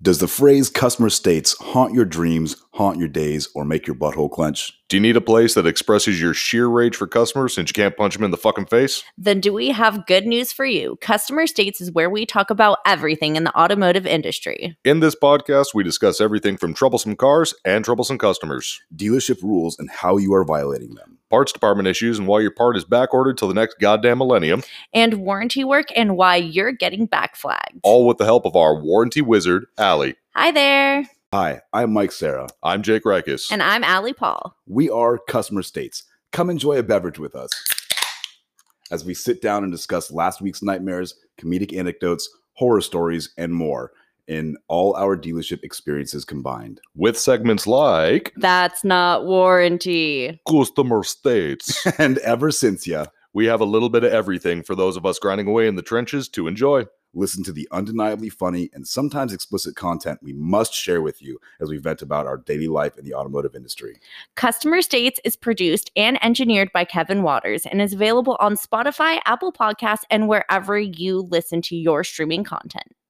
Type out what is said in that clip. Does the phrase customer states haunt your dreams, haunt your days, or make your butthole clench? Do you need a place that expresses your sheer rage for customers since you can't punch them in the fucking face? Then do we have good news for you? Customer States is where we talk about everything in the automotive industry. In this podcast, we discuss everything from troublesome cars and troublesome customers, Dealership rules and how you are violating them. parts department issues, and why your part is back ordered till the next goddamn millennium, And warranty work and why you're getting back flagged. all with the help of our warranty wizard, Allie. Hi there. Hi, I'm Mike Sarah. I'm Jake Rackus. And I'm Allie Paul. We are Customer States. Come enjoy a beverage with us as we sit down and discuss last week's nightmares, comedic anecdotes, horror stories, and more in all our dealership experiences combined. with segments like That's not warranty. Customer States. And ever since ya, we have a little bit of everything for those of us grinding away in the trenches to enjoy. listen to the undeniably funny and sometimes explicit content we must share with you as we vent about our daily life in the automotive industry. Customer States is produced and engineered by Kevin Waters and is available on Spotify, Apple Podcasts, and wherever you listen to your streaming content.